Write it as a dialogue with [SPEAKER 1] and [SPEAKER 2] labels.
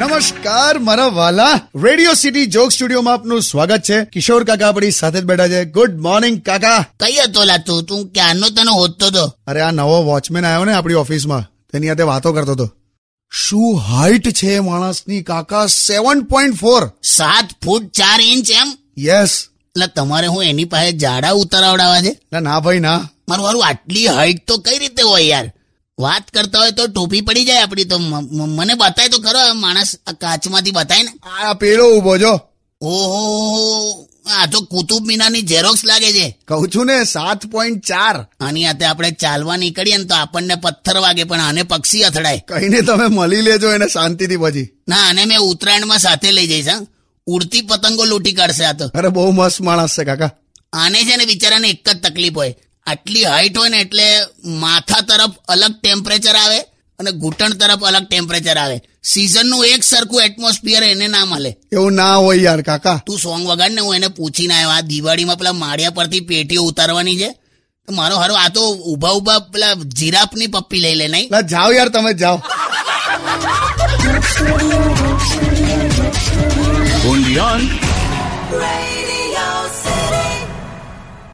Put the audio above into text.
[SPEAKER 1] નમસ્કાર મારા વાલા રેડિયો સિટી જોક સ્ટુડિયોમાં આપનું સ્વાગત છે કિશોર કાકા આપણી સાથે જ બેઠા છે ગુડ મોર્નિંગ કાકા
[SPEAKER 2] કઈ હતો લા તું તું ક્યારનો તને હોતો તો
[SPEAKER 1] અરે આ નવો વોચમેન આવ્યો ને આપણી ઓફિસમાં તેની સાથે વાતો કરતો હતો શું હાઈટ છે માણસની કાકા સેવન પોઈન્ટ ફોર
[SPEAKER 2] સાત ફૂટ ચાર ઇંચ એમ
[SPEAKER 1] યસ
[SPEAKER 2] એટલે તમારે હું એની પાસે જાડા ઉતારાવડાવા છે
[SPEAKER 1] ના ના ભાઈ ના
[SPEAKER 2] મારું મારું આટલી હાઈટ તો કઈ રીતે હોય યાર વાત કરતા હોય તો ટોપી પડી જાય આપડી તો મ- મ- મને બતાય તો ખરો આ માણસ આ કાચમાંથી બતાય ને
[SPEAKER 1] આ પેલો ઉભો જો
[SPEAKER 2] ઓહો આ તો કુતુબ મિનારની ઝેરોક્સ લાગે છે
[SPEAKER 1] કહું છું ને સાત પોઈન્ટ ચાર
[SPEAKER 2] આની હાથે આપણે ચાલવા નીકળીએ ને તો આપણને પથ્થર વાગે પણ આને પક્ષી અથડાય
[SPEAKER 1] કહીને તમે મળી લેજો એને શાંતિથી પછી
[SPEAKER 2] ના આને મેં ઉત્તરાયણમાં સાથે લઈ જઈશ હા ઉડતી પતંગો લૂંટી કાઢશે આ તો
[SPEAKER 1] અરે બહુ મસ્ત માણસ છે કાકા
[SPEAKER 2] આને છે ને બિચારાને એક જ તકલીફ હોય આટલી હાઈટ હોય ને એટલે માથા તરફ અલગ ટેમ્પરેચર આવે અને ઘૂંટણ તરફ અલગ ટેમ્પરેચર આવે સિઝનનું એક સરખું એટમોસ્ફિયર એને ના મળે
[SPEAKER 1] એવું ના હોય યાર કાકા
[SPEAKER 2] તું સોંગ વગાડ ને હું એને પૂછીને આવ્યો આ દિવાળીમાં પેલા માળિયા પરથી પેટીઓ ઉતારવાની છે તો મારો હારો આ તો ઊભા ઊભા પેલા જીરાફની પપ્પી લઈ લે નહીં
[SPEAKER 1] લા જાઓ યાર તમે જાઓ
[SPEAKER 3] Undian.
[SPEAKER 4] Radio